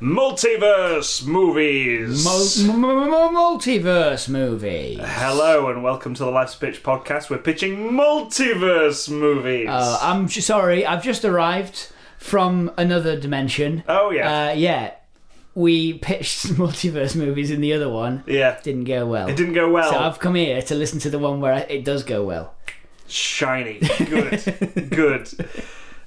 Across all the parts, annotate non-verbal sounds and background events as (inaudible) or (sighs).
Multiverse movies! Multiverse (laughs) movie. Hello and welcome to the Life's a Pitch podcast. We're pitching multiverse movies. Uh, I'm j- sorry, I've just arrived from another dimension. Oh, yeah. Uh, yeah. We pitched (laughs) multiverse movies in the other one. yeah, Didn't go well. it didn't go well. So I've come here to listen to the one where it does go well. (laughs) Shiny. Good. Good.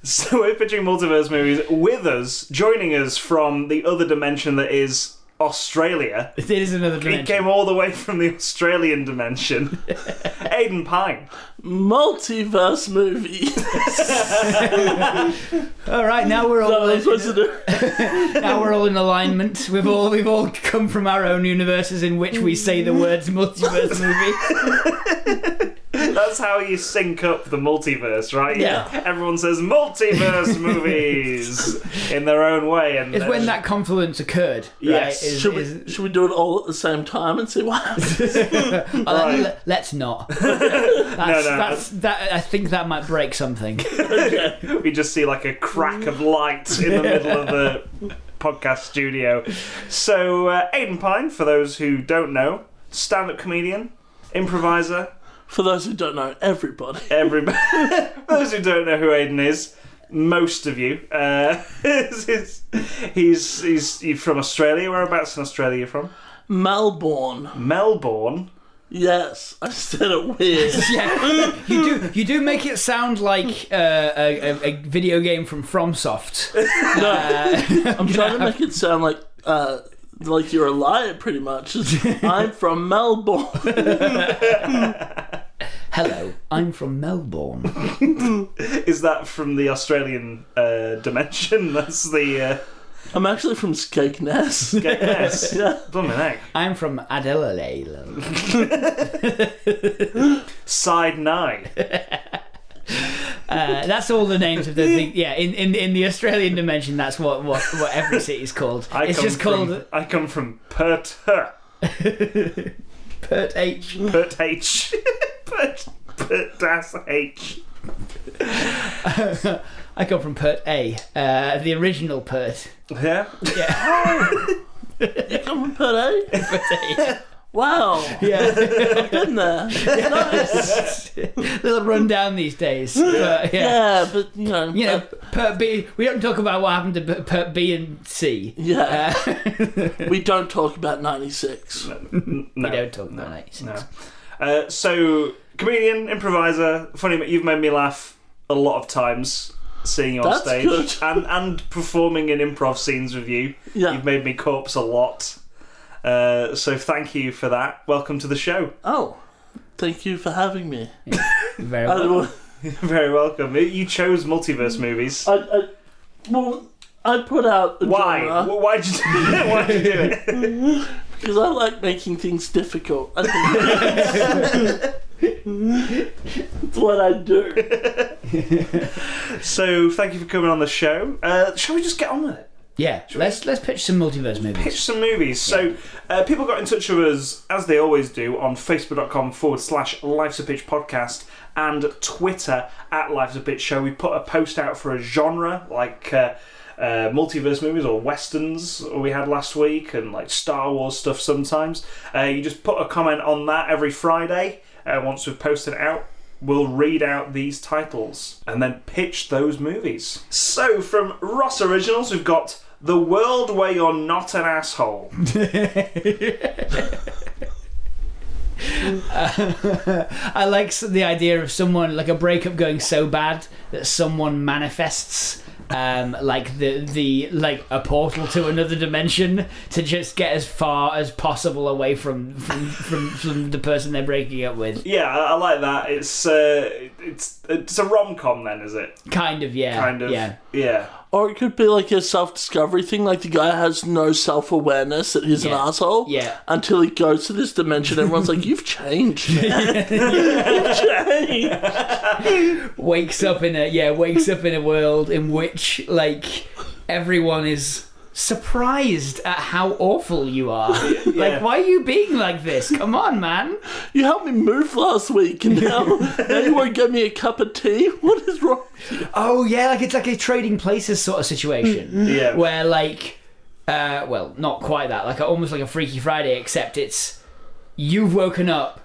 So we're pitching multiverse movies with us, joining us from the other dimension that is Australia. It is another He dimension. came all the way from the Australian (laughs) dimension. Aiden Pine. multiverse movie. (laughs) all right, (laughs) now we're all I'm supposed to do. now we're all in alignment. We've all we've all come from our own universes in which we say the words multiverse movie. That's how you sync up the multiverse, right? Yeah. Everyone says (laughs) multiverse movies in their own way, and It's then- when that confluence occurred. Right? Yes. Is- Should we, is- (laughs) should we do it all at the same time and see what (laughs) happens? Oh, let- Right. let- let's not. That's, that's, that, I think that might break something. (laughs) we just see like a crack of light in the middle of the podcast studio. So, uh, Aidan Pine, for those who don't know, stand up comedian, improviser, For those who don't know, everybody. everybody. (laughs) for those who don't know who Aidan is, most of you. Uh, (laughs) he's, he's, he's, he's from Australia. Whereabouts in Australia are you from? Melbourne. Melbourne. Yes, I said it weird. (laughs) Yeah, you do. You do make it sound like uh, a, a, a video game from FromSoft. Uh, No, I'm trying to make it sound like uh, like you're a liar, pretty (laughs) much. It's, I'm from Melbourne. Hello, I'm from Melbourne. Is that from the Australian uh, dimension? (laughs) That's the. Uh, I'm actually from Skegness. yes. Yeah. Blooming heck. I'm from Adelaide. Side nine. Uh, that's all the names of the thing. Yeah, in, in, in the Australian dimension, that's what what, what every city's called. I it's come just from, called I come from Perth. huh, Pert H. Perth H. Perth. Perth Das H. (laughs) I come from Pert A, uh, the original Pert. Yeah. You come from Perth, eh? (laughs) Pert A. Wow, Yeah, I've been there. Nice. (laughs) little run down these days. But, yeah. Yeah, but you know, You know, uh, Pert B. We don't talk about what happened to P- Pert B and C. yeah, Uh, (laughs) we don't talk about '96. N- No. we don't talk about it. No. Uh, so, comedian, improviser, funny. You've made me laugh a lot of times seeing you on That's stage good. (laughs) and and performing in improv scenes with you. Yeah. You've made me corpse a lot. Uh, so thank you for that. Welcome to the show. (laughs) Oh, thank you for having me. Very I, well. well, You're Very welcome. You chose multiverse movies. I, I, well, I put out a Why? genre Why'd you (laughs) do it? Why'd you do it? because I like making things difficult. I think- it's what I do. So thank you for coming on the show. Uh, shall we just get on with it? Yeah, let's let's pitch some multiverse movies. Pitch some movies. So uh, people got in touch with us as they always do on facebook.com forward slash Life's a Pitch podcast and Twitter at Life's a Pitch Show. We put a post out for a genre like. Uh, uh, multiverse movies or westerns we had last week, and like Star Wars stuff sometimes. Uh, you just put a comment on that every Friday. Uh, once we've posted it out, we'll read out these titles and then pitch those movies. So, from Ross Originals, we've got The World Where You're Not an Asshole. I like s- the idea of someone like a breakup going so bad that someone manifests um, like the the like a portal to another dimension to just get as far as possible away from from from, from the person they're breaking up with. Yeah, I, I like that. It's uh, it's it's a rom com then, is it? Kind of, yeah. Kind of. Yeah. Yeah. Or it could be like a self discovery thing, like the guy has no self awareness that he's an Yeah. asshole Yeah. until he goes to this dimension. Everyone's like, You've changed. man. You've changed. wakes up in a yeah wakes up in a world in which like everyone is surprised at how awful (laughs) you are like why are you being like this come on man You helped me move last week and (laughs) now, now you won't give me a cup of tea? (laughs) What is wrong? oh yeah like it's like a trading places sort of Mm, situation Yeah. where like uh well not quite that like almost like a freaky friday except it's you've woken up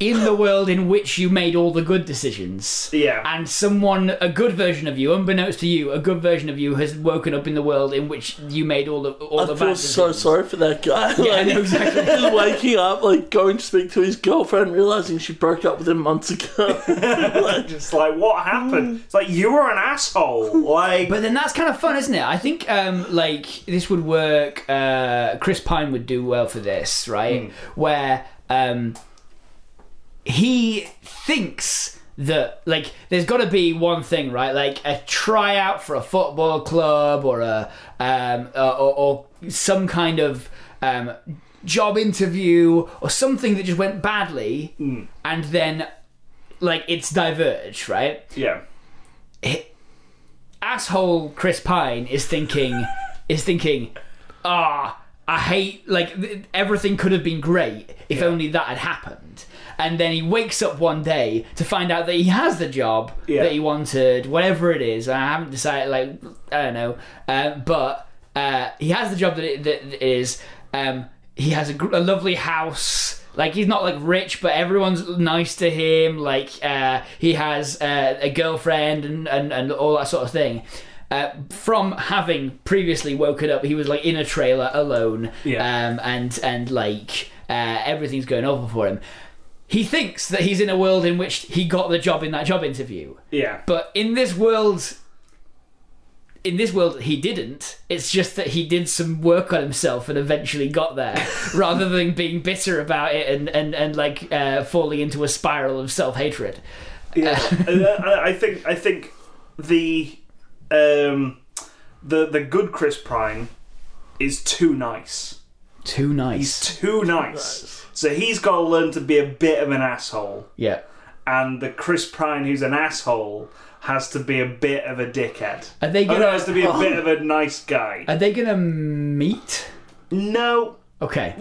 in the world in which you made all the good decisions Yeah. and someone a good version of you unbeknownst to you a good version of you has woken up in the world in which you made all the all I the feel bad so decisions. sorry for that guy. yeah I like, know, exactly (laughs) just waking up, like going to speak to his girlfriend, realizing she broke up with him months ago. (laughs) It's like, what happened? Mm. It's like, you were an asshole. (laughs) Like, But then that's kind of fun, isn't it? I think um, like this would work. Uh, Chris Pine would do well for this, right? Where um, he thinks that like there's got to be one thing, right? Like a tryout for a football club or a um, uh, or, or some kind of um, job interview or something that just went badly, and then like it's diverged, right? yeah. asshole Chris Pine is thinking is thinking, ah, I hate like th- everything could have been great if only that had happened. And then he wakes up one day to find out that he has the job Yeah. that he wanted, whatever it is. I haven't decided. Like I don't know, uh, but uh, he has the job that it, that it is. Um, he has a, gr- a lovely house. Like he's not like rich, but everyone's nice to him. Like uh, he has uh, a girlfriend and, and and all that sort of thing. Uh, from having previously woken up, he was like in a trailer alone, Yeah. um, and and like uh, everything's going awful for him. He thinks that he's in a world in which he got the job in that job interview, Yeah. but in this world, in this world, he didn't. It's just that he did some work on himself and eventually got (laughs) there, rather than being bitter about it and and and like uh, falling into a spiral of self hatred. Yeah, And, uh, I I think I think the um, the the good Chris Prime is too nice. Too He's nice. too nice. So he's got to learn to be a bit of an asshole, Yeah. and the Chris Prime who's an asshole has to be a bit of a dickhead. Are they Oh, gonna? no, has to be a bit of a nice guy. Are they gonna meet? No, (laughs) Okay,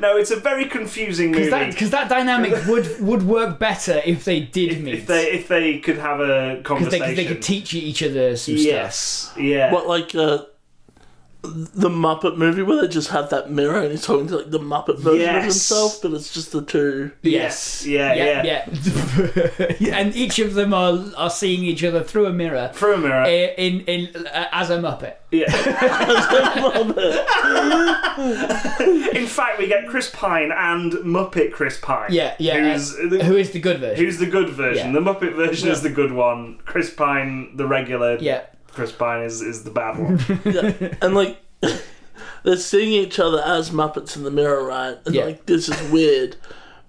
no, it's a very confusing movie. because that because (laughs) that dynamic would would work better if they did meet. if they if they could have a because conversation, they, 'cause they could teach each other some stuff. yes, yeah, What like uh, the Muppet movie where they just have that mirror and he's talking to like the Muppet version Yes. of himself, but it's just the two. Yes. Yeah, yeah. yeah. Yeah, and each of them are are seeing each other through a mirror, through a mirror. i- in in uh, as a muppet. (laughs) yeah. Muppet. In fact, we get Chris Pine and Muppet Chris Pine. Yeah, yeah. Who's uh, who is the good version? who's the good version? The Yeah. Muppet version is the good one. Chris Pine, the regular. yeah, Chris Pine is is the bad one. (laughs) Yeah. And like (laughs) they're seeing each other as Muppets in the mirror, right? And Yeah. like this is weird.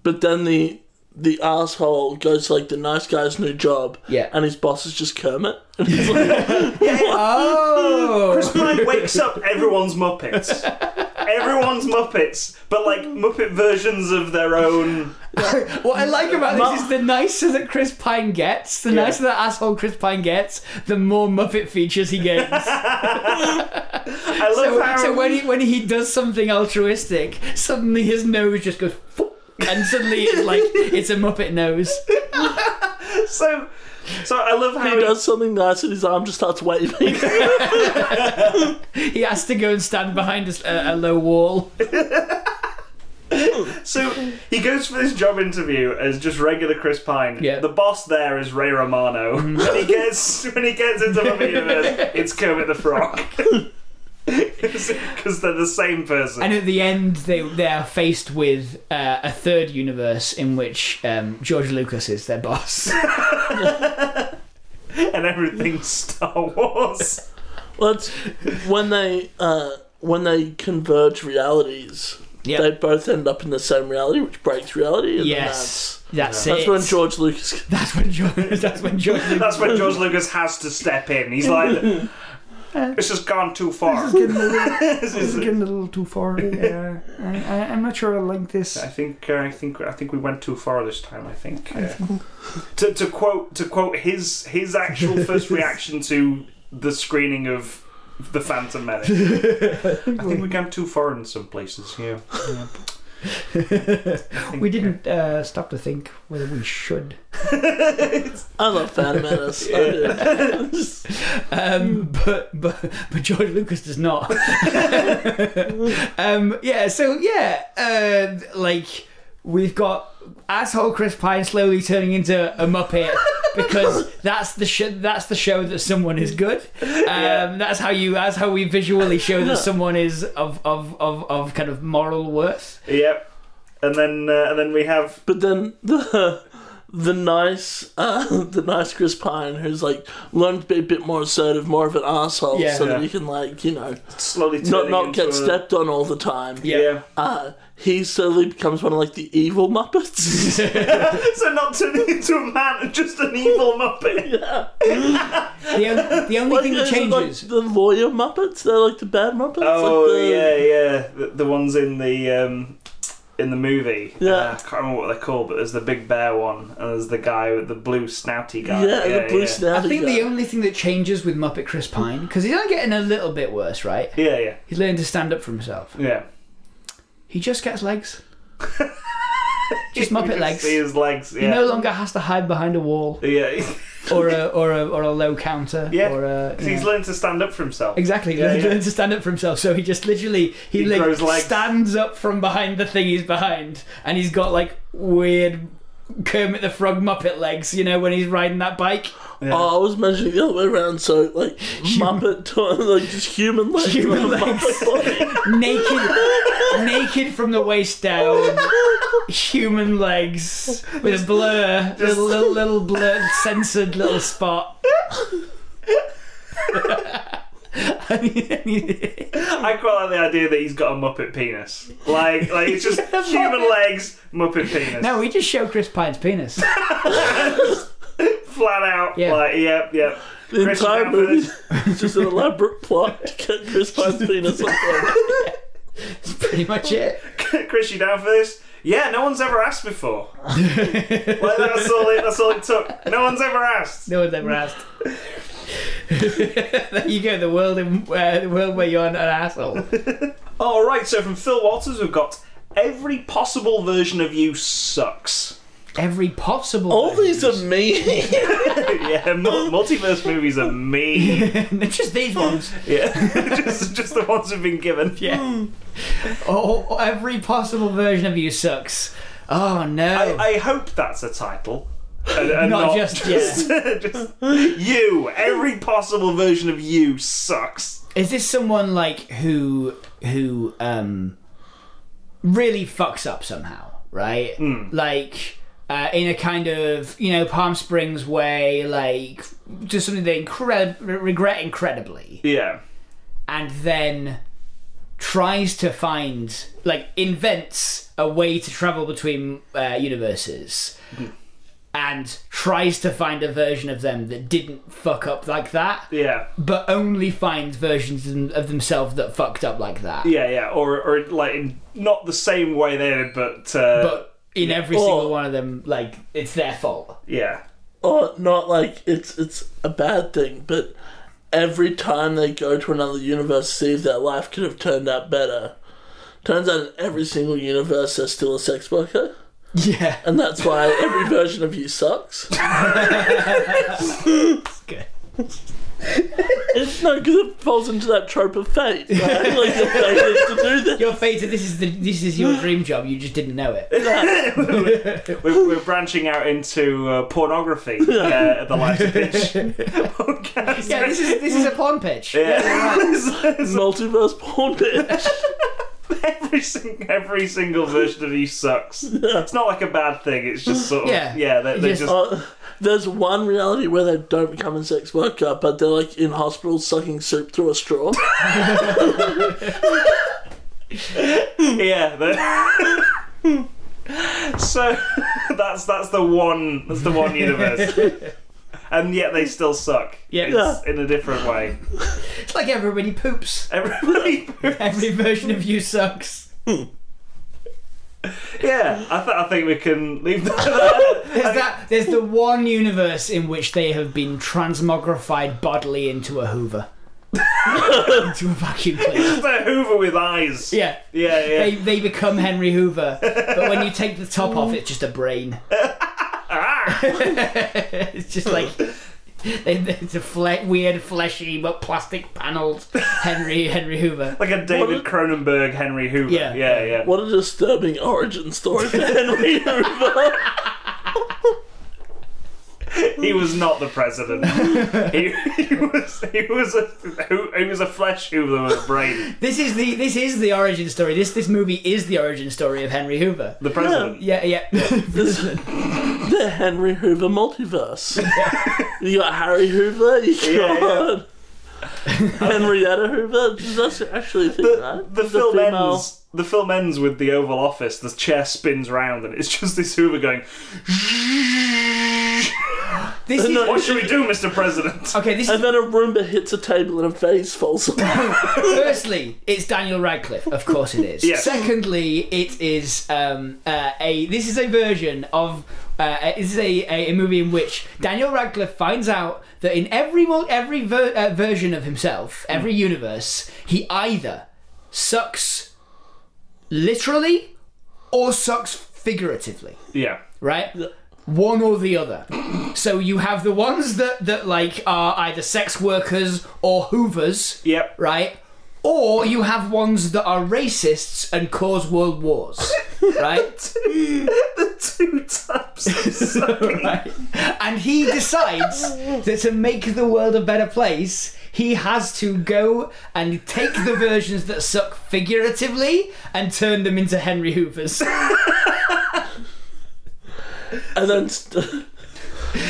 But then the the asshole goes to, like the nice guy's new job, Yeah. and his boss is (laughs) just Kermit. (laughs) And he's like, Chris Oh, Pine wakes up everyone's Muppets. Everyone's Muppets, but like Muppet versions of their own. what I like about this is the nicer that Chris Pine gets, the nicer that asshole Chris Pine gets, the more Muppet features he gets. I love so, how. so when he when he does something altruistic, suddenly his nose just goes, (laughs) and suddenly it's like it's a Muppet nose. so, so I love how he does something nice, and his arm just (laughs) starts waving. He has to go and stand behind a, s- a- a low wall. So he goes for this job interview as just regular Chris Pine. Yeah. Mm. The boss there is Ray Romano. (laughs) When he gets when he gets into Muppet Universe, it's Kermit the (laughs) Frog. (laughs) Because they're the same person. And at the end, they they are faced with uh, a third universe in which um, George Lucas is their (laughs) boss. (laughs) (laughs) And everything's Star Wars. Well, it's when they uh, when they converge realities, Yep. they both end up in the same reality, which breaks reality. and yes, that's, that's, it. that's when George Lucas. (laughs) (laughs) That's when George. That's when George. (laughs) Lucas- That's when George Lucas has to step in. He's like This has gone too far. getting a (laughs) little, This this is is- getting a little too far. Yeah, I, I, I'm not sure I like this. (laughs) I think uh, I think I think we went too far this time. I think I uh, think to, to quote to quote his his actual (laughs) first reaction to the screening of the Phantom Menace. I think we went too far in some places. Yeah, yeah. I think, we didn't uh, stop to think whether we should. I love (laughs) Phantom Menace. I do. Um, but, but but George Lucas does not. um, yeah, so yeah, uh, like we've got asshole Chris Pine slowly turning into a muppet because that's the sh- that's the show that someone is good. Um, That's how you that's how we visually show that someone is of of of, of kind of moral worth. uh, Yep. And then uh, and then we have But then the the nice uh, (laughs) the nice Chris Pine who's like learned to be a bit more assertive, more of an asshole, Yeah. so that Yeah. you can like you know slowly not turning not into get a- stepped on all the time. Yeah. Uh, he slowly becomes one of like the evil Muppets. So not turning (laughs) into a man, just an evil (laughs) muppet. yeah. The, on- the only Like, thing that is it, changes. Like, the lawyer Muppets, they're like the bad Muppets. Oh like the, yeah, yeah. The, the ones in the um, in the movie. Yeah. Uh, I can't remember what they're called, but there's the big bear one, and there's the guy with the blue snouty guy. Yeah, the blue I snouty think the guy. only thing that changes with Muppet Chris Pine, because he's only getting a little bit worse, right? Yeah, yeah, He's learning to stand up for himself. yeah. He just gets legs. (laughs) just Muppet You can legs. See his legs. Yeah. He no longer has to hide behind a wall yeah, (laughs) or a or a, or a low counter. Yeah, Or a, 'Cause he's yeah. learned to stand up for himself. Exactly, Yeah, learn, yeah. learn to stand up for himself. So he just literally he, He like grows legs. stands up from behind the thing he's behind, and he's got like weird Kermit the Frog Muppet legs. You know when he's riding that bike, Yeah. Oh, I was mentioning the other way around, so like Muppet, (laughs) like just human legs, Human with a Muppet body. naked, naked from the waist down, human legs with a blur, little little, little blur, censored little spot. (laughs) And he- and he- I quite like the idea that he's got a Muppet penis. Like, like (laughs) it's just human legs, Muppet penis. no, we just show Chris Pine's penis. flat out. Yeah. Like, yep, yep. The Chris entire Bamford. movie is just an elaborate plot to get Chris Pine's penis on film. That's pretty much it. (laughs) Chris, you down for this? Yeah, no one's ever asked (laughs) before. like that's all it. That's all it took. No one's ever asked. No one's ever asked. (laughs) there you go. The world in uh, the world where you're an asshole. All right. So from Phil Walters, we've got every possible version of you sucks. (laughs) Every possible. (laughs) All version. these are me. (laughs) yeah, mul- multiverse movies are (laughs) mean. (laughs) just these ones. Yeah, (laughs) just just the ones we've been given. (laughs) Yeah. Hmm. Oh, every possible version of you sucks. Oh I, no. I hope that's a title. And, and (laughs) Not just- yeah. just you. Every possible version of you sucks. Is this someone like who who um really fucks up somehow, right? Hmm. Like uh, in a kind of you know Palm Springs way, like just something they incred- regret incredibly. Yeah. and then tries to find like invents a way to travel between uh, universes and tries to find a version of them that didn't fuck up like that Yeah. but only finds versions of them- of themselves that fucked up like that Yeah, yeah, or or like in not the same way they did, but, uh, but in every Or- single one of them like it's their fault (laughs) yeah, or Oh, not like it's it's a bad thing, but every time they go to another universe, see if their life could have turned out better. Turns out in every single universe, there's still a sex worker, yeah and that's why every version of you sucks. good It's no, because it falls into that trope of fate. Right? Like the fate is to do this. your fate this is the this is (sighs) your dream job you just didn't know it we're, we're branching out into uh, pornography uh, at the lighter pitch podcast. yeah this is this is a porn pitch (laughs) Yeah. Multiverse (laughs) porn bitch. every, sing- every single version of you sucks. It's not like a bad thing. It's just sort of yeah, Yeah. they, You they just- just Uh, there's one reality where they don't become a sex worker, but they're like in hospitals sucking soup through a straw. (laughs) yeah. they- (laughs) so that's that's the one that's the one (laughs) universe, and yet they still suck. Yeah. It's in a different way. like everybody poops. (laughs) Everybody. Every version of you sucks. yeah, I, th- I think we can leave that. there. (laughs) There's that. There's the one universe in which they have been transmogrified bodily into a Hoover, into a vacuum cleaner. Just a Hoover with eyes. Yeah. Yeah, yeah. They, they become Henry Hoover, but when you take the top off, it's just a brain. (laughs) it's just like they- they- it's a fle- weird, fleshy but plastic-paneled Henry Henry Hoover. Like a David Cronenberg Henry Hoover. Yeah. yeah, yeah. What a disturbing origin (laughs) story for Henry Hoover. He was not the (laughs) president. he, he was he was a he was a flesh Hoover with a brain. This is the this is the origin story. This this movie is the origin story of Henry Hoover. The president. Yeah, yeah. (laughs) This- the Henry Hoover multiverse. you got Harry Hoover, you Yeah, got Henrietta Hoover. That's actually a thing, The, right? the She's a film female- ends. The film ends with the Oval Office. The chair spins round, and it's just this Hoover going. This is What should we do, Mr. President? okay. This is And then a Roomba hits a table and a vase falls off. Firstly, it's Daniel Radcliffe. Of course, it is. Yes. Secondly, it is um, uh, a. This is a version of. Uh, this is a, a, a movie in which Daniel Radcliffe finds out that in every mul- every ver- uh, version of himself, every universe, he either sucks literally or sucks figuratively Yeah. right? One or the other. So you have the ones that that like are either sex workers or hoovers, Yep. right? Or you have ones that are racists and cause world wars, right? (laughs) the two types of (laughs) sucking. (laughs) right? And he decides that to make the world a better place, he has to go and take the versions that suck figuratively and turn them into Henry Hoovers. (laughs) and (laughs) then st- (laughs)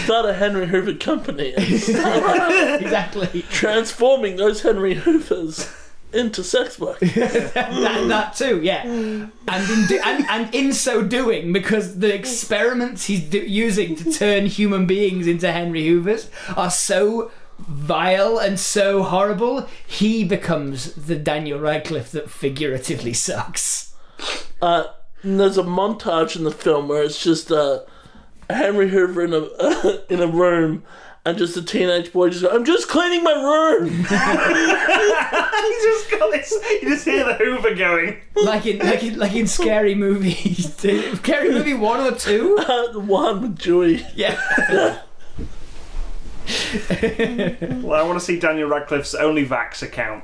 start a Henry Hoover company. (laughs) exactly. transforming those Henry Hoovers into sex workers. that, that too, yeah. And in, do- and, and in so doing, because the experiments he's do- using to turn human beings into Henry Hoovers are so vile and so horrible, he becomes the Daniel Radcliffe that figuratively sucks. Uh, and there's a montage in the film where it's just uh, Henry Hoover in a in a (laughs) room. And just a teenage boy just go, I'm just cleaning my room! (laughs) He just got this. You just hear the Hoover going. Like in like in, like in scary movies, (laughs) scary movie one or two. Uh, the one with Dewey. Yeah, (laughs) Well, I want to see Daniel Radcliffe's OnlyVax account.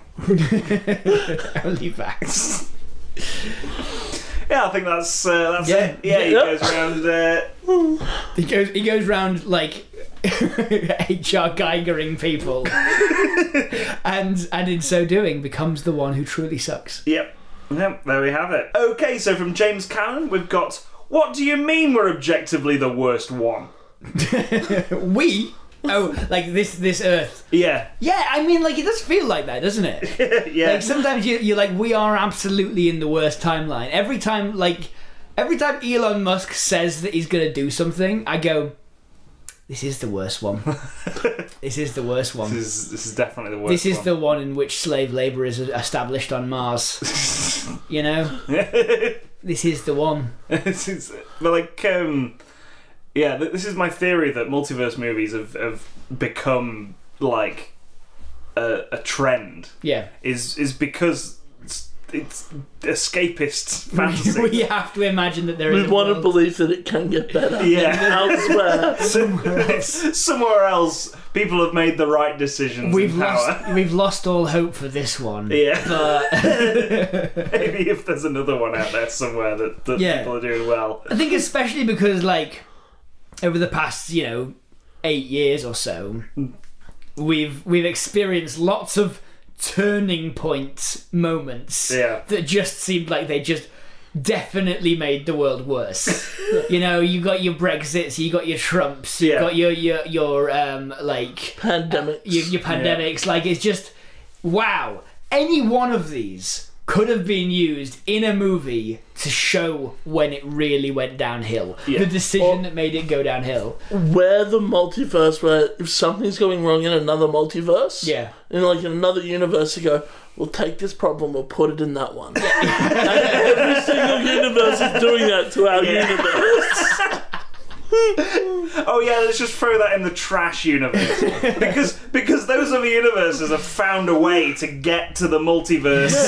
(laughs) only facts. Yeah, I think that's uh, that's Yeah. it. Yeah, he Yep. goes around. Uh, He goes he goes round like (laughs) HR Geigering people, and and in so doing becomes the one who truly sucks. Yep. Yep, there we have it. Okay, so from James Cannon, we've got What do you mean we're objectively the worst one? We oh like this this Earth. Yeah, Yeah, I mean like it does feel like that, doesn't it? yeah. Like sometimes you you're like we are absolutely in the worst timeline. Every time like every time Elon Musk says that he's gonna do something, I go. This is the worst one. this is the worst one. this, is, this is definitely the worst This is the one in which slave labor is established on Mars. you (laughs) know, the. this is the one. (laughs) this is, but, like, um. Yeah, th- this is my theory that multiverse movies have, have become, like, a, a trend. Yeah, (laughs) Is, is because it's, it's (laughs) escapist fantasy. we have to imagine that there We is. a want to world- believe that it can get (laughs) (laughs) better. Yeah. Elsewhere. Somewhere else. people have made the right decisions. We've in power. lost. We've lost all hope for this one. (laughs) Yeah. But (laughs) Maybe if there's another one out there somewhere that, that Yeah. people are doing well. I think especially because like over the past you know eight years or so, Mm. we've we've experienced lots of turning point moments Yeah. that just seemed like they just definitely made the world (laughs) worse. you know, you got your Brexits, you got your Trumps, you Yeah. got your your your um like Pandemics. your, your pandemics. Like it's just wow. Any one of these could have been used in a movie to show when it really went downhill. Yeah. The decision that made it go downhill. Where the multiverse, where if something's going wrong in another multiverse, Yeah. in like in another universe, you go, we'll take this problem, we'll put it in that one. and every single universe is doing that to our (laughs) universe. Oh yeah, let's just throw that in the trash (laughs) universe because because those other universes have found a way to get to the multiverse.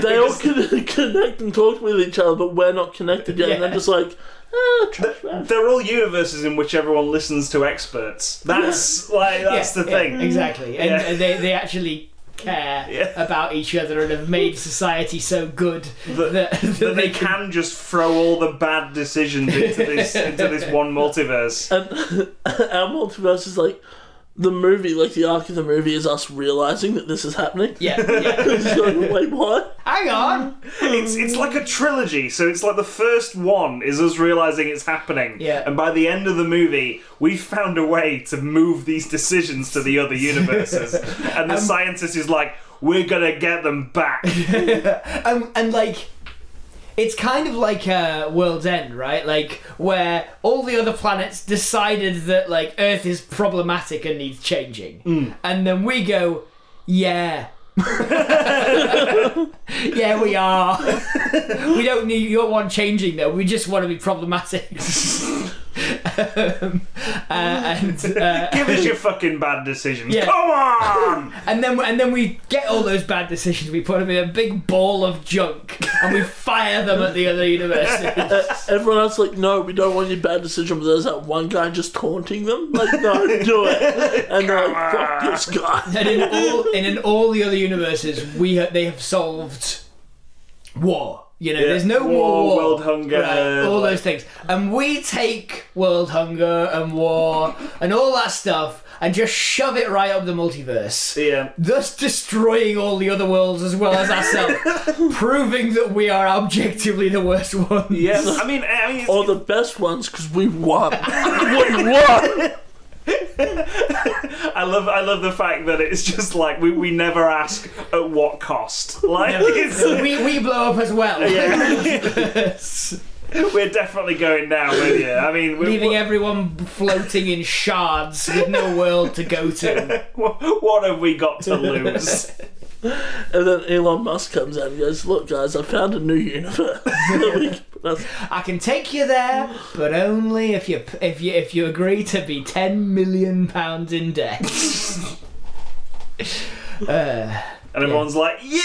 They all can (laughs) connect and talk with each other, but we're not connected yet. And I'm Yeah. just like, ah, trash man. They're all universes in which everyone listens to experts. That's like that's Yeah, the yeah, thing. exactly. And Yeah. and they, they actually care Yeah. about each other and have (laughs) made society so good That- that, (laughs) that, That they they can. can just throw all the bad decisions (laughs) into this into this one multiverse. And our multiverse is like the movie, like the arc of the movie is us realizing that this is (laughs) happening. Yeah, yeah. (laughs) It's (laughs) like, Wait, (laughs) what? Hang on. It's it's like a trilogy, so it's like the first one is us realizing it's happening, Yeah. and by the end of the movie, we found a way to move these decisions to the other (laughs) universes, and the scientist is like, "We're gonna get them (laughs) back." Um, and like, it's kind of like uh, World's End, right? Like, where all the other planets decided that like Earth is problematic and needs changing, and then we go, yeah. (laughs) yeah, we are. (laughs) we don't need you don't want changing though. We just want to be problematic. (laughs) um, uh, and uh, Give us your fucking bad decisions. Yeah. Come (laughs) on! And then and then we get all those bad decisions. We put them in a big ball of junk, and we fire them at the other university. Uh, everyone else like, no, we don't want your bad decision, but there's that one guy just taunting them. Like, no, do (laughs) it. And they're like, fuck this guy. (laughs) and in all and in all the other universes, we ha- they have solved war. You know, Yeah, there's no war, more war, world hunger, right, all like- those things. And we take world hunger and war and all that stuff, and just shove it right up the multiverse. Yeah. thus destroying all the other worlds as well (laughs) as ourselves, proving that we are objectively the worst ones. Yeah, I mean, I mean, it's- Or Oh, the best ones because we won. (laughs) we won. I love, I love the fact that it's just like we, we never ask at what cost. Like, it's, we, we blow up as well, we're definitely going down with you. I mean, we're, leaving everyone floating in shards with no world to go to. what, what have we got (laughs) to lose? And then Elon Musk comes out and goes, look, guys, I found a new universe. (laughs) that we can put us- I can take you there, but only if you if you if you agree to be ten million pounds in debt. uh, And everyone's like, yeah,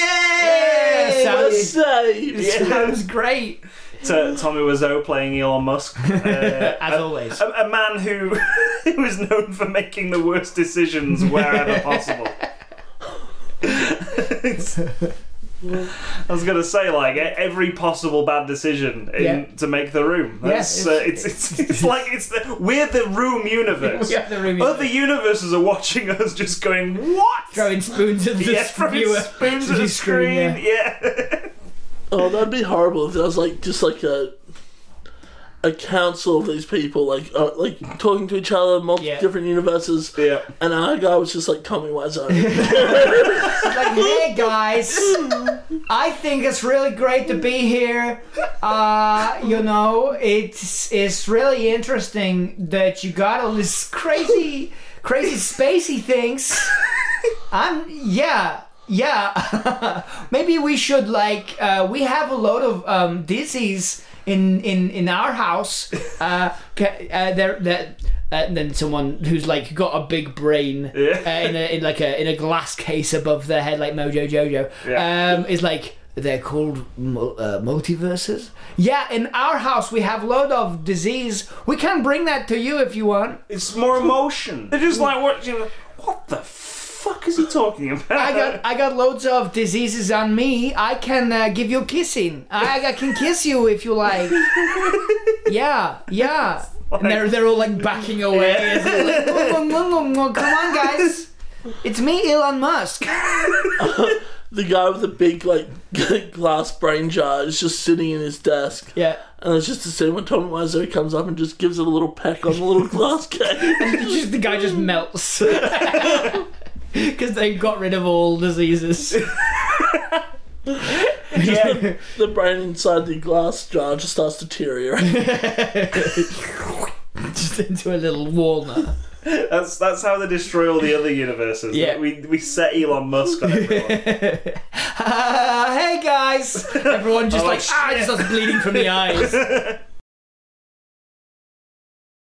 yay! We're sounds, saved. sounds great To Tommy Wiseau playing Elon (laughs) Musk, uh, as always. a, a man who (laughs) who is known for making the worst decisions (laughs) wherever possible. It's- I was gonna say like e- every possible bad decision in, Yeah. to make the room. Yeah, That's, it's- uh, it's, it's, (laughs) it's like it's the we're the room universe. We have the room Other universes are watching us, just going what? throwing spoons at the yeah, viewer throwing spoons to at the the screen, screen. Yeah, Oh, that'd be horrible if there was like just like a a council of these people, like uh, like talking to each other, multiple Yeah. different universes, yeah. and our guy was just like Tommy Wiseau. like, hey guys, I think it's really great to be here. Uh, you know, it's it's really interesting that you got all this crazy, crazy spacey things. I'm yeah. Yeah, (laughs) maybe we should like uh, we have a lot of um, disease in in in our (laughs) house. Uh, ca- uh, there, there, uh, and then someone who's like got a big brain Yeah. uh, in a in like a in a glass case above their head, like Mojo Jojo, Yeah. um, is like. They're called mul- uh, multiverses. Yeah, in our house we have load of disease. We can bring that to you if you want. It's more emotion. They're just like watching. What the fuck is he talking about? I got I got loads of diseases on me. I can uh, give you kissing. I, I can kiss you if you (laughs) like. Yeah, yeah. And they're they're all like backing away. It's like, "Mmm, "Mwah, mwah, mwah, mwah, mwah. Come on, guys. It's me, Elon Musk. the guy with the big like (laughs) glass brain jar is just sitting in his desk, (laughs) Yeah. and it's just the same when Tommy Wiseau comes up and just gives it a little peck on the little glass case. It's (laughs) just the guy just melts (laughs) because they got rid of all diseases. (laughs) Yeah. The brain inside the glass jar just starts deteriorating. (laughs) just into a little walnut. (laughs) That's that's how they destroy all the other universes. Yeah. We we set Elon Musk on (laughs) everyone. Ah, hey guys! Everyone just Oh, like shit. ah, just starts bleeding from the eyes. (laughs)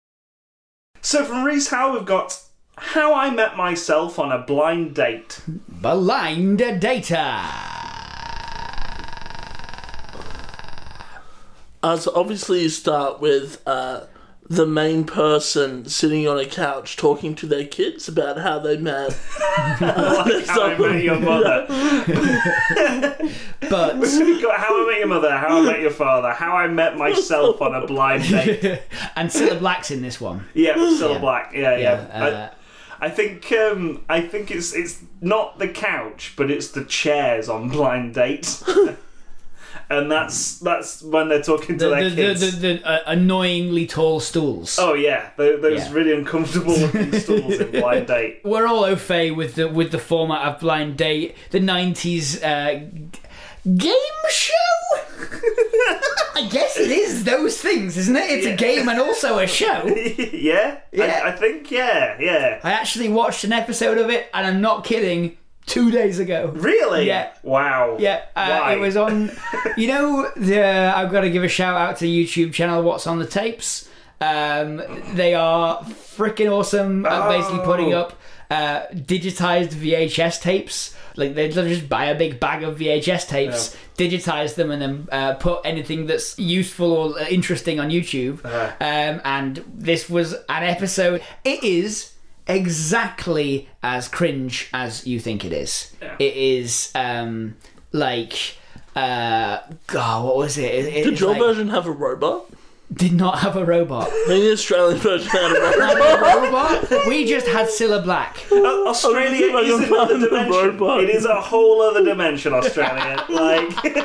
(laughs) so from Reese Howe we've got How I Met Myself on a Blind Date. Blind data. Uh, so obviously you start with uh, the main person sitting on a couch talking to their kids about how they (laughs) met. like How I Met (laughs) Your Mother. (laughs) But (laughs) We've got How I Met Your Mother, How I Met Your Father, How I Met Myself (laughs) on a Blind Date. and Cilla Black's in this one. Yeah, Priscilla Yeah. Black. Yeah, yeah. Uh, I, I think um, I think it's it's not the couch, but it's the chairs on blind dates. (laughs) and that's that's when they're talking to the, their the, the, kids. the, the uh, annoyingly tall stools. Oh yeah, tho- those Yeah. really uncomfortable (laughs) looking stools in blind date. (laughs) We're all au fait with the with the format of Blind Date, the '90s uh, g- game show. (laughs) I guess it is those things, isn't it? It's a game and also a show. (laughs) yeah, Yeah. I, I think yeah, yeah. I actually watched an episode of it, and I'm not kidding. Two days ago. Really? Yeah. Wow. Yeah, uh, Why? it (laughs) was on. You know, the, I've got to give a shout out to the YouTube channel What's on the Tapes. Um, they are freaking awesome at basically putting Oh. up uh, digitized VHS tapes. Like they they'll just buy a big bag of VHS tapes, digitize them, and then uh, put anything that's useful or uh, interesting on YouTube. Um, and this was an episode. It is exactly as cringe as you think it is. It is um, like. Uh, God, what was it? It- Did it's your like- version have a robot? did not have a robot. I mean, the Australian version had a (laughs) robot. robot? We just had Cilla Black. Uh, Australia Oh, this is is like a another planet dimension. robot. It is a whole other dimension, Australia. like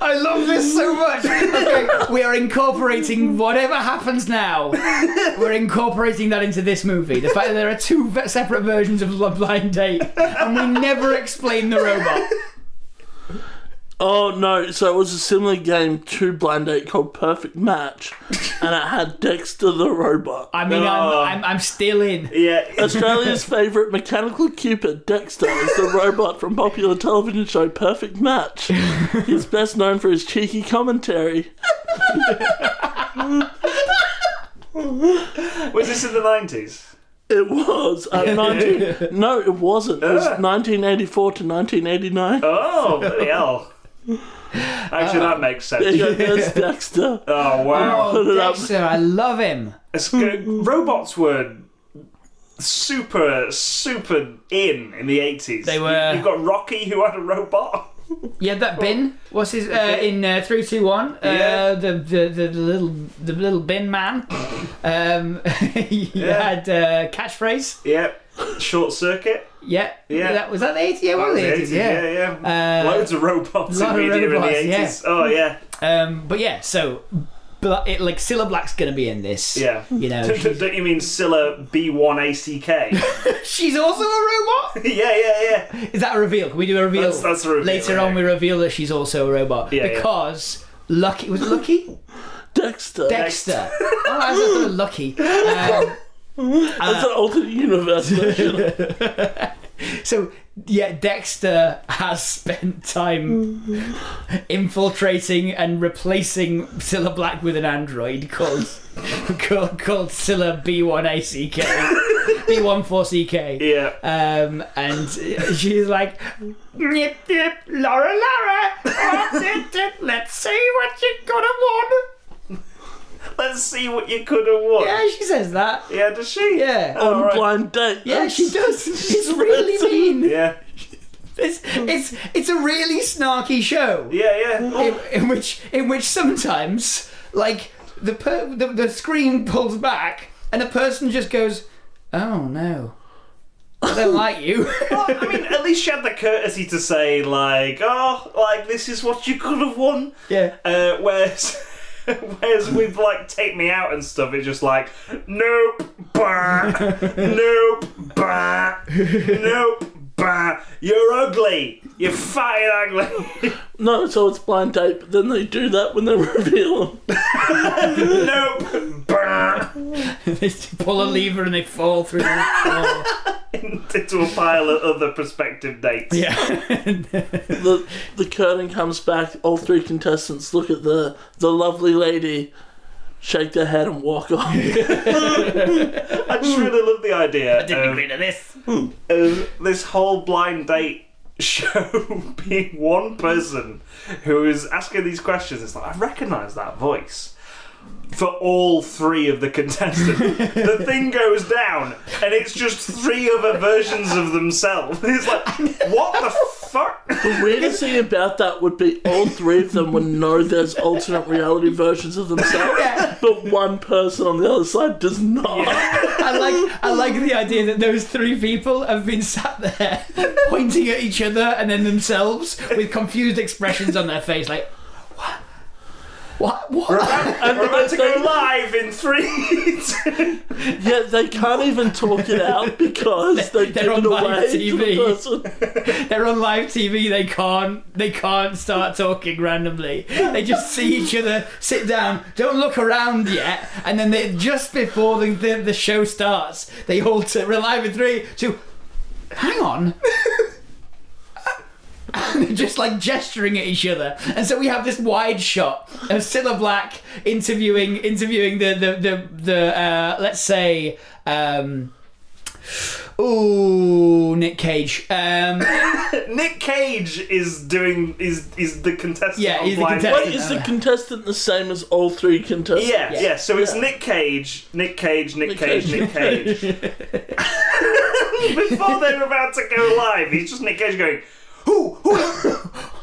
I love this so (laughs) much. Okay, we are incorporating whatever happens now. We're incorporating that into this movie. The fact that there are two ve- separate versions of Love Blind Date, and we never explain the robot. Oh no! So it was a similar game to Blind Date called Perfect Match, and it had Dexter the robot. I mean, Oh. I'm, I'm, I'm still in. yeah. Australia's favourite mechanical cupid, Dexter, is the robot from popular television show Perfect Match. He's best known for his cheeky commentary. (laughs) Was this in the nineties? It was uh, 19... No, it wasn't. It was Yeah. 1984 to 1989. Oh, bloody hell. Actually, that makes There you sense. go, There's Dexter. (laughs) Oh, wow. (laughs) Put Oh, it up. Dexter, I love him. It's good. Robots were super, super in in the 80s. They were. You've got Rocky, who had a robot. You had that bin. What's his uh, in uh, three, two, one? Uh, Yeah. the, the the little the little bin man. Um, (laughs) you Yeah. had uh, catchphrase. Yep. Short Circuit. Yeah. Yeah. That was that the eighty. Yeah, That was was Oh, the 80s, yeah. yeah, yeah. Uh, Loads of robots lot in of media robots, in the 80s. Oh, yeah. Um, but yeah, so but it, like Cilla Black's gonna be in this. Yeah. (laughs) You know, Don't, she's, don't you mean Scylla (laughs) B1ACK? she's also a robot. yeah, yeah, yeah. Is that a reveal? Can we do a reveal? That's, that's a reveal. Later yeah. on, we reveal that she's also a robot Yeah, yeah. because Lucky was it (laughs) Lucky. Dexter. Dexter. oh, I was sort of lucky. (laughs) Um, That's an alternate universe version. so yeah, Dexter has spent time infiltrating and replacing Cilla Black with an android called (laughs) called, called Cilla B1ACK, (laughs) B14CK. Yeah. Um, and she's like, nip, nip, Laura, Laura, oh, dip, dip, let's see what you got to won. Let's see what you could have won. Yeah, she says that. Yeah, does she? Yeah. Oh, on right. Blind Date. Yeah, she does. She's really mean. Yeah. It's it's it's a really snarky show Yeah, yeah. Oh, in, in which in which sometimes like the, per- the the screen pulls back and a person just goes, "Oh no, I (laughs) don't like you." Well, I mean, at least she had the courtesy to say, like, oh, like, this is what you could have won. (laughs) yeah, Uh, whereas, (laughs) whereas with, like, Take Me Out and stuff, it's just like, (laughs) nope, bah, nope, bah, nope, bah, you're ugly. You're fucking ugly. No, so it's blind date, but then they do that when they (laughs) reveal them. nope. Bah, they pull a lever and they fall (laughs) through the floor. (laughs) into a pile of other prospective dates. Yeah. The, the curtain comes back, all three contestants look at the, the lovely lady, shake their head, and (laughs) walk off. I just really love the idea of, to this. of this whole blind date (laughs) show (laughs) being one person who is asking these questions. It's like I recognise that voice. For all three of the contestants, the thing goes down, and it's just three other versions of themselves. (laughs) It's like, what the fuck? (laughs) The weirdest thing about that would be all three of them would know there's alternate reality versions of themselves, but one person on the other side does not. I like I like the idea that those three people have been sat there (laughs) pointing at each other and then themselves with confused expressions on their face, like what, what, what? And we're about to go they- live in three. (laughs) two- Yeah, they can't even talk (laughs) it out because they They're give on it live away to the TV. (laughs) person. They're on live TV. They can't. They can't start talking randomly. They just see each other, sit down, don't look around yet, and then they just before the the, the show starts, they all turn. We're live in three, two. Hang on. (laughs) And they're just like gesturing at each other, and so we have this wide shot of Cilla Black interviewing interviewing the the the, the uh, let's say. Um, Ooh, Nick Cage. Um, Nick Cage is doing is is the contestant. Yeah, on he's the blind contestant. Date. Wait, is the contestant the same as all three contestants? Yeah, yeah, Yeah. So it's Yeah. Nick Cage, Nick Cage, Nick, Nick Cage, Cage, Nick Cage. (laughs) (laughs) Before they're about to go live, he's just Nick Cage going, "Who? Who? (laughs)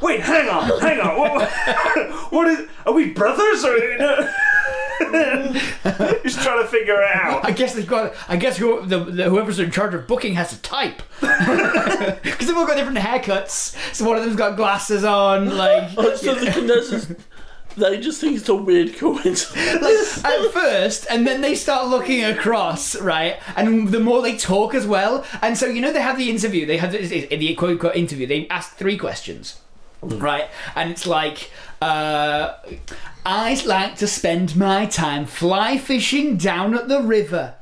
Wait, hang on, hang on. What, (laughs) what is? Are we brothers or?" No? (laughs) he's trying to figure it out. I guess they've got. I guess who, the, the, whoever's in charge of booking has to type (laughs) because they've all got different haircuts. So one of them's got glasses on. Like, Oh, so the contestants, they just think it's a weird (laughs) coincidence. like at first, and then they start looking across, right? And the more they talk as well, and so you know they have the interview. They have this- the quote unquote interview. They ask three questions, right? And it's like. Uh, I like to spend my time fly fishing down at the river.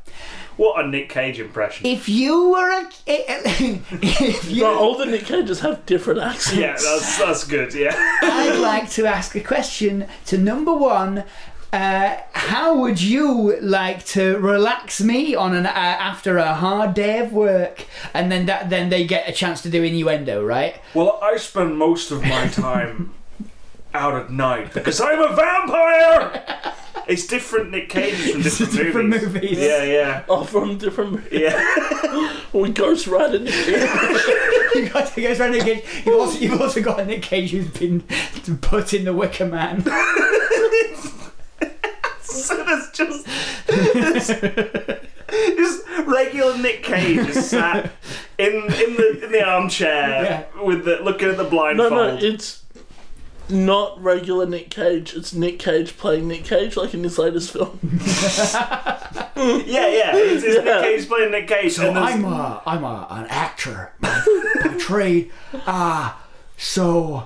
What a Nick Cage impression. If you were a, (laughs) if you, But all the Nick Cages have different accents. Yeah, that's that's good. Yeah. I'd like to ask a question to number one. Uh, how would you like to relax me on an uh, after a hard day of work? And then that then they get a chance to do innuendo, right? (laughs) Well, I spend most of my time out at night because I'm a vampire. It's different Nick Cages from different, different movies. Yeah, yeah. Oh, from different (laughs) movies. (laughs) Yeah. Well, Ghost Rider (laughs) Nick Cage. you got to go around Nick Cage. You've also, you've also got a Nick Cage who's been put in the Wicker Man. so there's just there's- just regular Nick Cage is sat in in the in the armchair with the looking at the No, blindfold. no, it's not regular Nick Cage. It's Nick Cage playing Nick Cage, like in his latest film. yeah, yeah. It's, it's Yeah. Nick Cage playing Nick Cage. So and there's- I'm a, I'm a, an actor by, (laughs) by trade. Ah, so,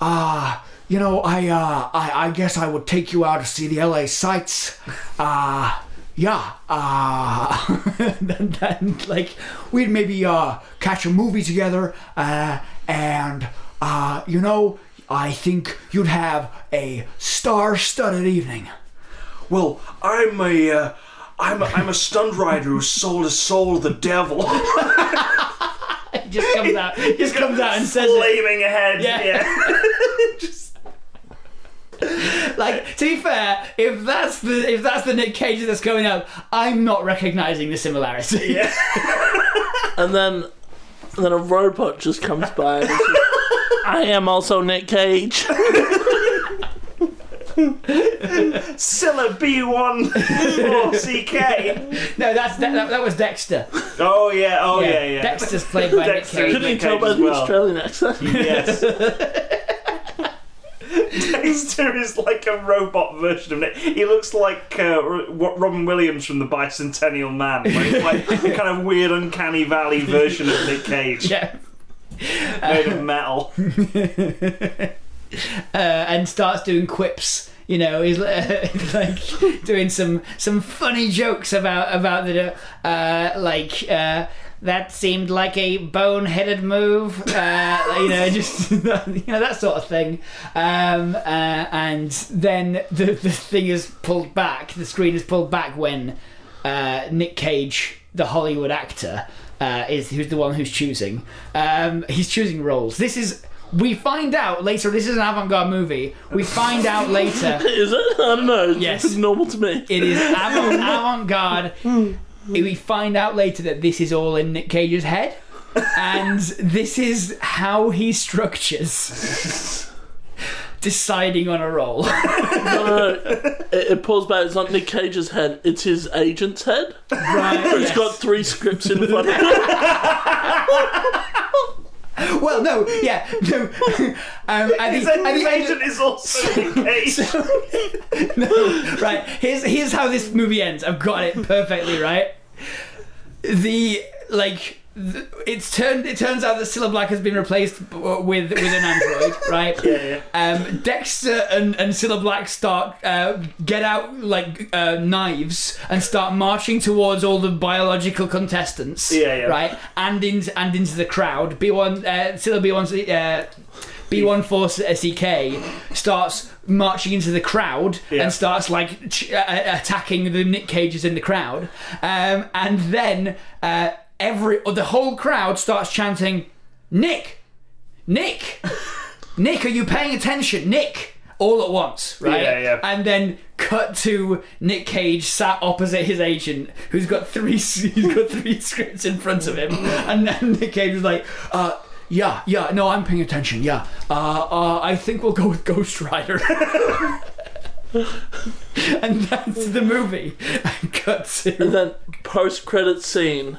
ah, you know, I, uh, I, I guess I would take you out to see the LA sights. Ah, yeah. Ah, and (laughs) then like we'd maybe uh catch a movie together. Uh, and uh, you know, I think you'd have a star-studded evening. well, I'm a. Uh, I'm a, I'm a stunt rider who sold his soul to the devil. Just comes out, (laughs) just comes out and says Flaming ahead. Yeah. yeah. Like to be fair, if that's the if that's the Nick Cage that's going up, I'm not recognizing the similarity. (laughs) And then, and then a robot just comes by. And it's just, (laughs) I am also Nick Cage. Silla B14CK. No, that's that, that, that was Dexter. Oh, yeah. Oh, yeah, yeah. Dexter's played (laughs) by Nick Dexter. Cage. Couldn't you Nick tell Cage by as the well. Australian accent? (laughs) (laughs) Yes. Dexter is like a robot version of Nick. He looks like uh, R- what Robin Williams from The (laughs) Bicentennial Man, like, like a kind of weird, uncanny valley version of Nick Cage. Yeah. made of metal. uh, and starts doing quips. You know, he's uh, (laughs) like doing some some funny jokes about about the uh, like uh, that seemed like a boneheaded move. Uh, you know, (laughs) just you know that sort of thing. Um, uh, and then the the thing is pulled back. The screen is pulled back when uh, Nick Cage, the Hollywood actor, uh, is who's the one who's choosing. Um, he's choosing roles. This is we find out later. This is an avant-garde movie. We find out later. Is it? I don't know. Yes. It's normal to me. It is avant- avant-garde. we find out later that this is all in Nick Cage's head, and this is how he structures deciding on a role. No, no, no. Uh, It, it pulls back. It's not Nick Cage's head. It's his agent's head. Right, (laughs) He's yes. got three scripts in front of him. Well, no, yeah, no. (laughs) um, I His think, I think agent is also (laughs) engaged. no, (laughs) right. Here's here's how this movie ends. I've got it perfectly right. The like th- it's turned. It turns out that Cilla Black has been replaced b- with with an android, right? Yeah, Um, Dexter and and Cilla Black start uh, get out like uh, knives and start marching towards all the biological contestants. Yeah, yeah. Right, and into and into the crowd. B one uh, Cilla B one's. Uh, B1 Force SEK starts marching into the crowd Yeah. and starts like ch- uh, attacking the Nick Cages in the crowd. Um, and then uh, every or the whole crowd starts chanting, Nick, Nick, Nick, are you paying attention? Nick, all at once, right? Yeah, yeah. And then cut to Nick Cage sat opposite his agent, who's got three (laughs) who's got three scripts in front of him, and then Nick Cage was like, uh. Yeah, yeah, no, I'm paying attention. Yeah, uh, uh, I think we'll go with Ghost Rider, (laughs) and that's the movie. And cut And to then post credit scene,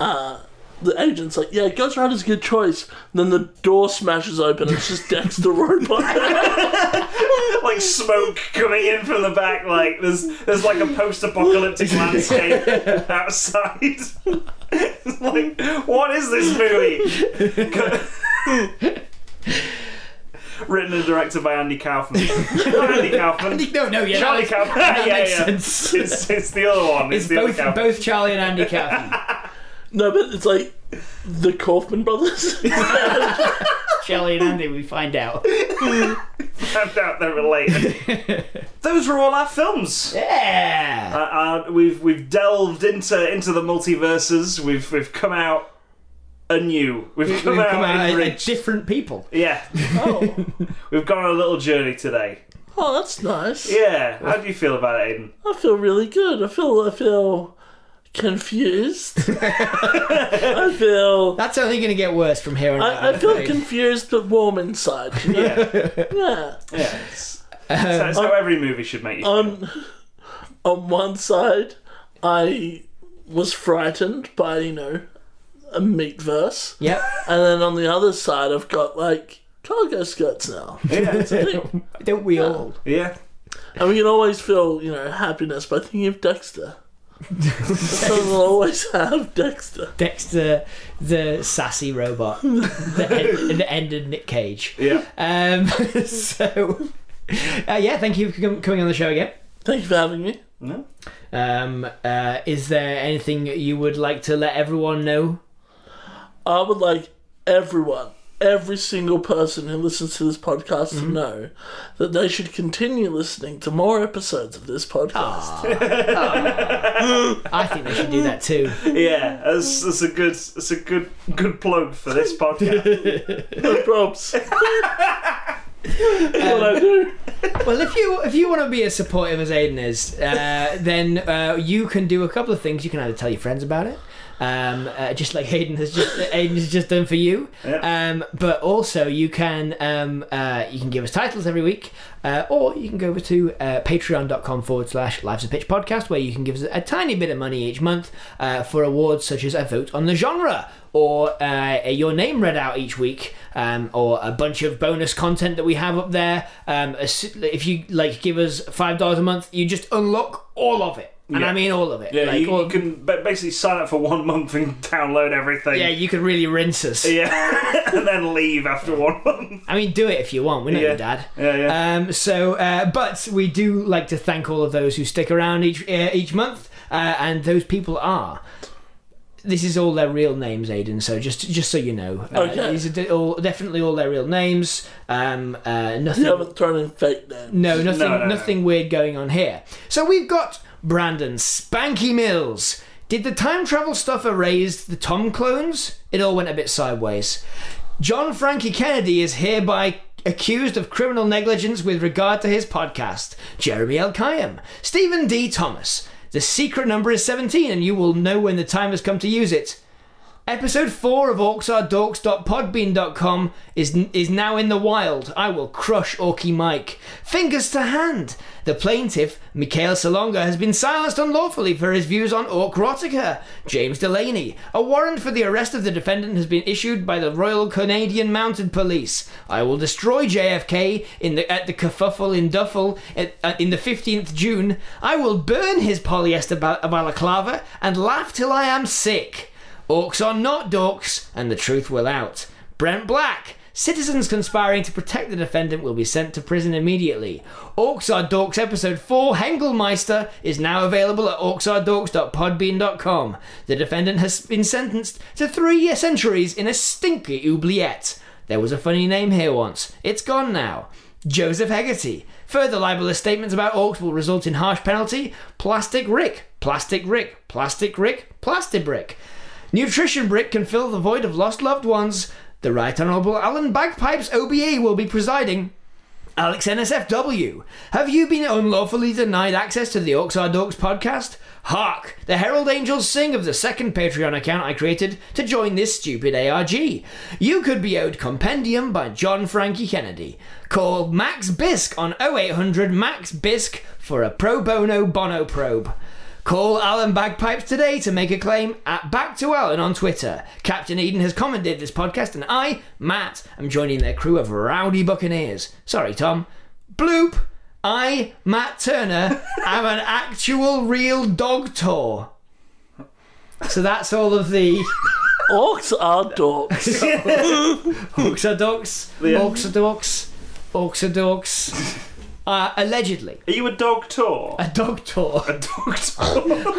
uh, the agent's like, "Yeah, Ghost Rider's a good choice." And then the door smashes open. It's just Dexter (laughs) robot. like smoke coming in from the back. Like there's there's like a post-apocalyptic (laughs) landscape outside. (laughs) It's like what is this movie? (laughs) Written and directed by Andy Kaufman. (laughs) Not Andy Kaufman. no, no, yeah, Charlie that, Kaufman. that yeah, makes yeah. sense. It's, it's the other one. It's, It's the both other Kaufman. (laughs) both Charlie and Andy Kaufman. no, but it's like the Kaufman brothers. Charlie and Andy, we find out. Found out they're (laughs) related. Those were all our films. Yeah. uh, uh, we've we've delved into into the multiverses. We've we've come out anew. We've, come, We've out, come out as- as enriched. different people. Yeah, oh, we've gone on a little journey today. oh, that's nice. Yeah, how do you feel about it, Aiden? I feel really good. I feel I feel confused. I feel That's only going to get worse from here on out. I, (laughs) I I'm feel afraid. confused but warm inside. you know? Yeah, Yeah. yeah. It's, that's how every movie should make Um, you. feel. On on one side, I was frightened by you know a meat verse, (laughs) Yep. and then on the other side, I've got like cargo skirts now, yeah, Don't we all? yeah. and we can always feel you know happiness by thinking of Dexter. so we'll always have Dexter. Dexter, the sassy (laughs) robot that, end, that ended Nick Cage. yeah. Um, (laughs) so, uh, yeah, thank you for com- coming on the show again. Thank you for having me. No? Um, uh, is there anything you would like to let everyone (laughs) know? I would like everyone, every single person who listens to this podcast to know that they should continue listening to more episodes of this Ah. podcast. I think they should do that too. Yeah, that's, that's a good that's a good good plug for this (laughs) podcast. No props. what I do. Well, if you if you want to be as supportive as Aiden is, uh, then uh, you can do a couple of things. You can either tell your friends about it, um, uh, just like Aiden has just Aiden has just done for you. Yeah. Um, but also, you can um, uh, you can give us titles every week, uh, or you can go over to uh, patreon.com forward slash Lives of Pitch podcast, where you can give us a tiny bit of money each month uh, for awards such as a vote on the genre. Or uh, your name read out each week, um, or a bunch of bonus content that we have up there. Um, as- if you like, give us five dollars a month, you just unlock all of it and Yeah. I mean all of it. Yeah, like, you, all, you can ba- basically sign up for one month and download everything. yeah, you could really rinse us. Yeah, (laughs) and then leave after one month. I mean, do it if you want. We know Yeah. your dad. Yeah, yeah. Um, so, uh, but we do like to thank all of those who stick around each uh, each month, uh, and those people are. This is all their real names, Aiden. So just just so you know, uh, Okay. these are de- all, definitely all their real names. Um, uh, nothing. You haven't thrown in fake names. No, nothing, No, no, no. nothing weird going on here. So we've got Brandon Spanky Mills. Did the time travel stuff erase the Tom clones? It all went a bit sideways. John Frankie Kennedy is hereby accused of criminal negligence with regard to his podcast. Jeremy L. Kayam. Stephen D. Thomas. The secret number is 17, and you will know when the time has come to use it. Episode 4 of orcsardorks.podbean.com is, is now in the wild. I will crush Orky Mike. Fingers to hand! The plaintiff, Mikhail Salonga, has been silenced unlawfully for his views on Orc Rotica. James Delaney. A warrant for the arrest of the defendant has been issued by the Royal Canadian Mounted Police. I will destroy JFK in the, at the kerfuffle in Duffel at, uh, in the 15th June. I will burn his polyester ba- balaclava and laugh till I am sick. Orcs are not dorks, and the truth will out. Brent Black. Citizens conspiring to protect the defendant will be sent to prison immediately. Orcs are Dorks episode 4, Hengelmeister, is now available at orcsardorks.podbean.com. The defendant has been sentenced to three centuries in a stinky oubliette. There was a funny name here once. It's gone now. Joseph Hegarty. Further libelous statements about orcs will result in harsh penalty. Plastic Rick. Plastic Rick. Plastic Rick. Plastic Rick. Nutrition Brick can fill the void of lost loved ones. The Right Honourable Alan Bagpipes OBE will be presiding. Alex NSFW, have you been unlawfully denied access to the Orcs Are Dorks podcast? Hark! The Herald Angels sing of the second Patreon account I created to join this stupid ARG. You could be owed Compendium by John Frankie Kennedy. Call Max Bisk on 0800 Max Bisk for a pro bono bono probe. Call Alan Bagpipes today to make a claim at Back to Alan on Twitter. Captain Eden has commented this podcast, and I, Matt, am joining their crew of rowdy buccaneers. Sorry, Tom. Bloop! I, Matt Turner, am an actual real dog tour. So that's all of the Orcs are dorks. Oxadox, Yeah. Oxadox, Oxadox. Uh, allegedly, Are you a dog (laughs) tour? a dog tour. A dog tour. (laughs)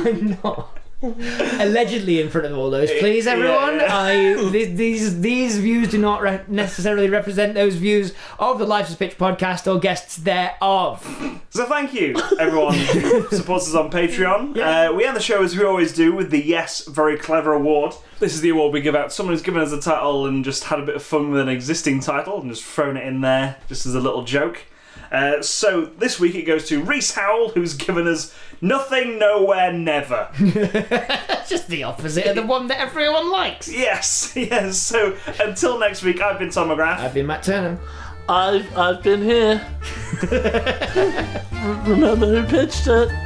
I'm not. Allegedly in front of all those, please, Yeah, everyone. yeah. (laughs) I th- these these views do not re- necessarily represent those views of the Life's a Pitch podcast or guests thereof. So thank you, everyone who supports us on Patreon. Uh, we end the show as we always do with the Yes Very Clever Award. This is the award we give out. Someone who's given us a title and just had a bit of fun with an existing title and just thrown it in there just as a little joke. Uh, so this week it goes to Reese Howell, who's given us Nothing, Nowhere, Never. (laughs) That's just the opposite of the one that everyone likes. yes, (laughs) yes. So until next week, I've been Tom McGrath. I've been Matt Turner. I've I've been here. Remember who pitched it?